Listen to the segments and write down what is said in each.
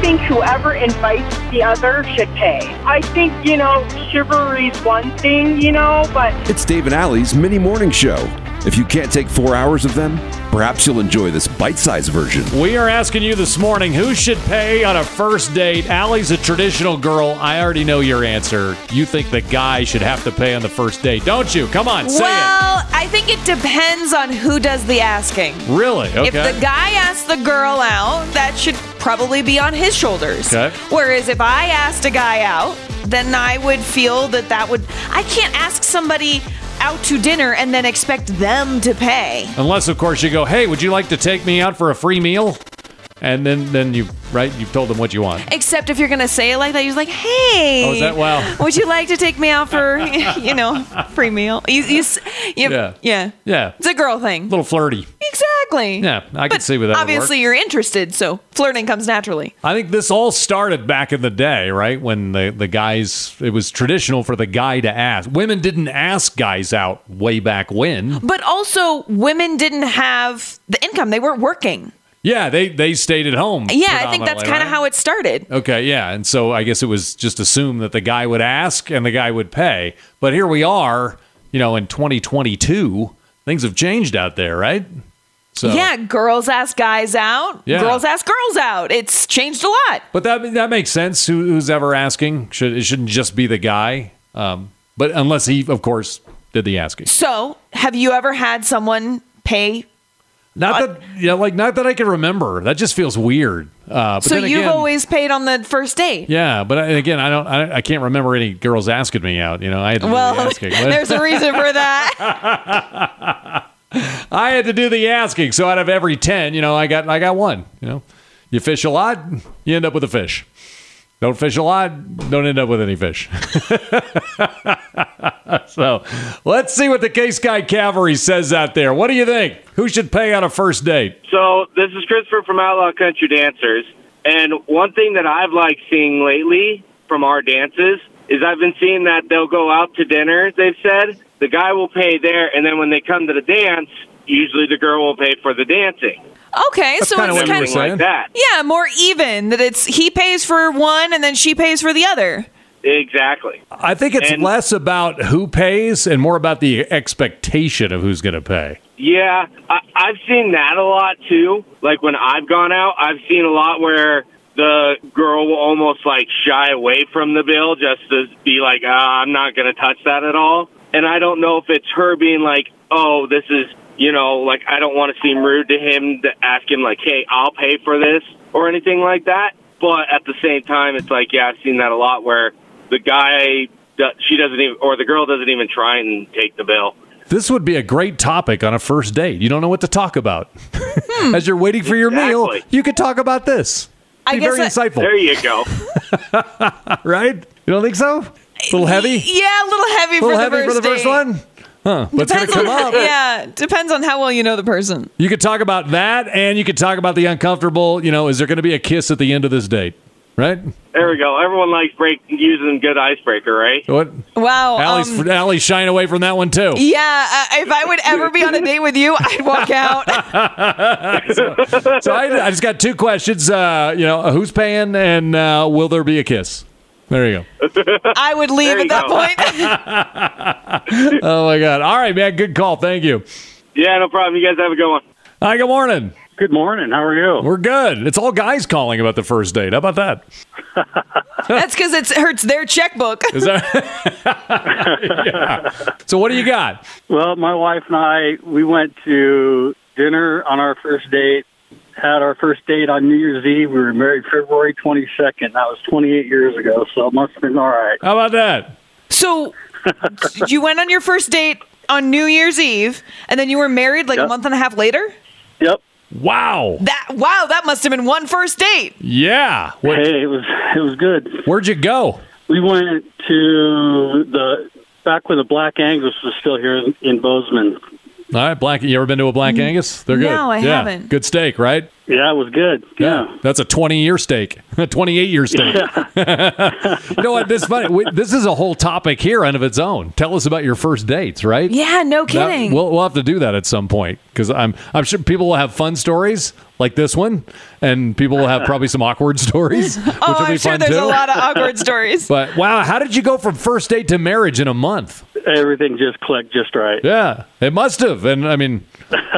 think whoever invites the other should pay. I think, you know, chivalry's one thing, you know, but It's Dave and Allie's mini morning show. If you can't take four hours of them, perhaps you'll enjoy this bite sized version. We are asking you this morning who should pay on a first date. Allie's a traditional girl. I already know your answer. You think the guy should have to pay on the first date, don't you? Come on, say well, I think it depends on who does the asking. it. Really? Okay. If the guy asks the girl out, that should probably be on his shoulders. Okay. Whereas if I asked a guy out, then I would feel that that would. I can't ask somebody out to dinner and then expect them to pay. Unless, of course, you go, hey, would you like to take me out for a free meal? And then, then you, right? You've told them what you want. Except if you're gonna say it like that, you're like, "Hey, Oh, is that- wow. Would you like to take me out for, you know, free meal? You, you, s- you- Yeah. yeah, Yeah. It's a girl thing. A little flirty. Exactly. Yeah, I can But see where that would Obviously, work. you're interested, so flirting comes naturally. I think this all started back in the day, right? When the, the guys, it was traditional for the guy to ask. Women didn't ask guys out way back when. But also, women didn't have the income; they weren't working. Yeah, they, they stayed at home. Yeah, I think that's predominantly, kind of right? how it started. Okay, yeah. And so I guess it was just assumed that the guy would ask and the guy would pay. But here we are, you know, in 2022, things have changed out there, right? So Yeah, girls ask guys out. Yeah. Girls ask girls out. It's changed a lot. But that that makes sense. Who, who's ever asking should it shouldn't just be the guy. Um, but unless he, of course, did the asking. So, have you ever had someone pay? Not that yeah, like not that I can remember. That just feels weird. Uh, but So then you've again- always paid on the first date. yeah. But I, again, I don't. I, I can't remember any girls asking me out. You know, I had to do the Well, asking. But- there's a reason for that. I had to do the asking. So out of every ten, you know, I got I got one. You know, you fish a lot, you end up with a fish. Don't fish a lot, don't end up with any fish. so let's see what the Case Guy Cavalry says out there. What do you think? Who should pay on a first date? So this is Christopher from Outlaw Country Dancers, and one thing that I've liked seeing lately from our dances is I've been seeing that they'll go out to dinner. They've said the guy will pay there, and then when they come to the dance, usually the girl will pay for the dancing. Okay, so kinda what it's we were kind Something of saying. like that. yeah, more even that it's he pays for one and then she pays for the other. Exactly. I think it's And- less about who pays and more about the expectation of who's going to pay. Yeah, I, I've seen that a lot too. Like when I've gone out, I've seen a lot where the girl will almost like shy away from the bill just to be like, ah, I'm not going to touch that at all. And I don't know if it's her being like, oh, this is, you know, like I don't want to seem rude to him to ask him, like, hey, I'll pay for this or anything like that. But at the same time, it's like, yeah, I've seen that a lot where the guy, do- she doesn't even, or the girl doesn't even try and take the bill. This would be a great topic on a first date. You don't know what to talk about. As you're waiting for your meal, Exactly. you could talk about this. Hmm. I be guess very I- insightful, There you go. right? You don't think so? A little heavy? Yeah, a little heavy, A for, little the heavy first for the first date. one? Huh. What's going to Depends come on- up? Yeah, depends on how well you know the person. You could talk about that and you could talk about the uncomfortable. You know, is there going to be a kiss at the end of this date? Right? There we go. Everyone likes break using good icebreaker, right? What? Wow. Allie's, um, Allie's shying away from that one too. yeah, uh, if I would ever be on a date with you, I'd walk out. So I, I just got two questions. Uh, you know, who's paying and uh, will there be a kiss? There you go. Uh, I would leave There at you that go. point. Oh my God. All right, man. Good call. Thank you. Yeah, no problem. You guys have a good one. Hi, good morning. Good morning. How are you? We're good. It's all guys calling about the first date. How about that? That's because it hurts their checkbook. Is that? Yeah. So what do you got? Well, my wife and I, we went to dinner on our first date. Had our first date on New Year's Eve. We were married February 22nd. That was 28 years ago, so it must have been all right. How about that? So you went on your first date on New Year's Eve, and then you were married like a Yep. month and a half later. Yep. Wow. That wow, that must have been one first date. Yeah. Where, Hey, it was it was good. would you go? We went to the back when the Black Angus was still here in, in Bozeman. All right, Black. You ever been to a Black Mm. Angus? They're good. No, I Yeah. haven't. Good steak, right? Yeah, it was good. Yeah. That's a 20 year steak, a 28 year steak. you know what? This is funny. We- This is a whole topic here and of its own. Tell us about your first dates, right? Yeah, no That- kidding. we'll, we'll have to do that at some point because I'm I'm sure people will have fun stories. like this one, and people will have probably some awkward stories, which Oh, will be I'm sure fun there's too. a lot of awkward stories. but wow, how did you go from first date to marriage in a month? Everything just clicked just right. Yeah, it must have. And I mean,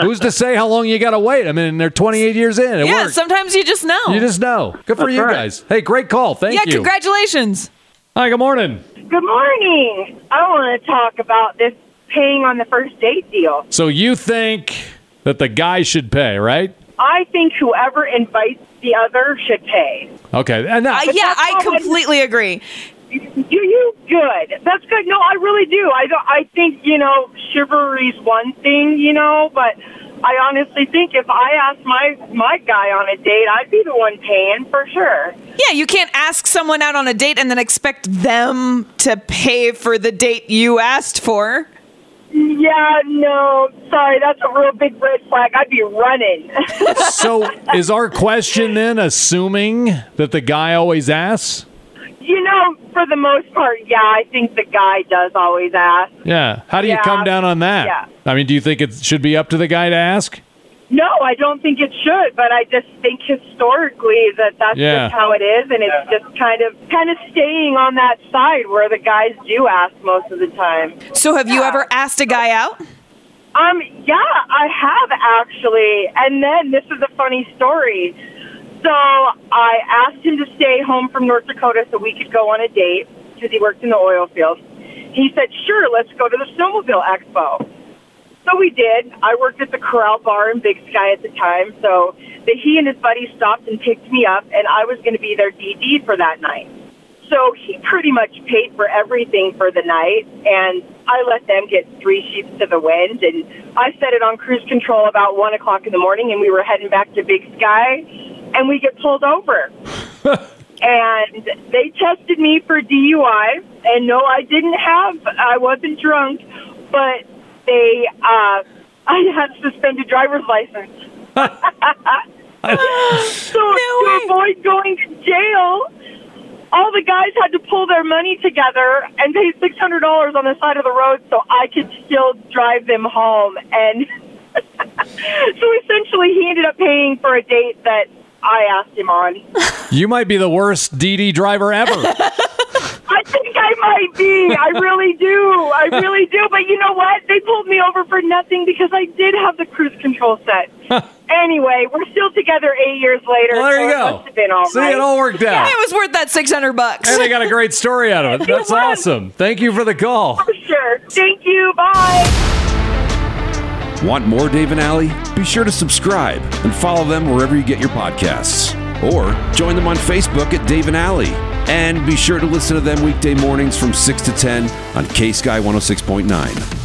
who's to say how long you got to wait? I mean, they're 28 years in. It yeah, worked. sometimes you just know. you just know. Good for That's you right. guys. Hey, great call. Thank yeah, you. congratulations. Hi, good morning. Good morning. I want to talk about this paying on the first date deal. So you think that the guy should pay, right? I think whoever invites the other should pay. Okay, and that, I, Uh, yeah, that's I all I- completely agree. Do you good? That's good. No, I really do. I don't- I think you know chivalry's one thing, you know, but I honestly think if I asked my my guy on a date, I'd be the one paying for sure. Yeah, you can't ask someone out on a date and then expect them to pay for the date you asked for. Yeah, no, sorry, that's a real big red flag. I'd be running. so is our question then assuming that the guy always asks? you know, for the most part, yeah, I think the guy does always ask. Yeah. How do you Yeah. come down on that? Yeah. I mean, do you think it should be up to the guy to ask? No, I don't think it should, but I just think historically that that's Yeah. just how it is, and it's just kind of kind of staying on that side where the guys do ask most of the time. So have you ever asked a guy out? Um, yeah, I have actually, and then this is a funny story. So I asked him to stay home from North Dakota so we could go on a date because he worked in the oil field. He said, "Sure, let's go to the snowmobile expo." So we did. I worked at the Corral Bar in Big Sky at the time, so that he and his buddy stopped and picked me up, and I was going to be their DD for that night. So he pretty much paid for everything for the night, and I let them get three sheets to the wind. And I set it on cruise control about one o'clock in the morning, and we were heading back to Big Sky, and we get pulled over. and they tested me for DUI, and no, I didn't have, I wasn't drunk, but they, uh, I had suspended driver's license. so way. to avoid going to jail, all the guys had to pull their money together and pay six hundred dollars on the side of the road so I could still drive them home. And so essentially, he ended up paying for a date that I asked him on. You might be the worst DD driver ever. I think I might be. I really do. I really do. But you know what? They pulled me over for nothing because I did have the cruise control set. anyway, we're still together eight years later. well, there you so It go. must have been all See, right. it all worked out. It was worth that 600 bucks. and I got a great story out of it. That's awesome. Thank you for the call. Sure. Thank you. Bye. Want more Dave and Alley? Be sure to subscribe and follow them wherever you get your podcasts. Or join them on Facebook at Dave and Alley. oh And be sure to listen to them weekday mornings from 6 to 10 on K Sky 106.9.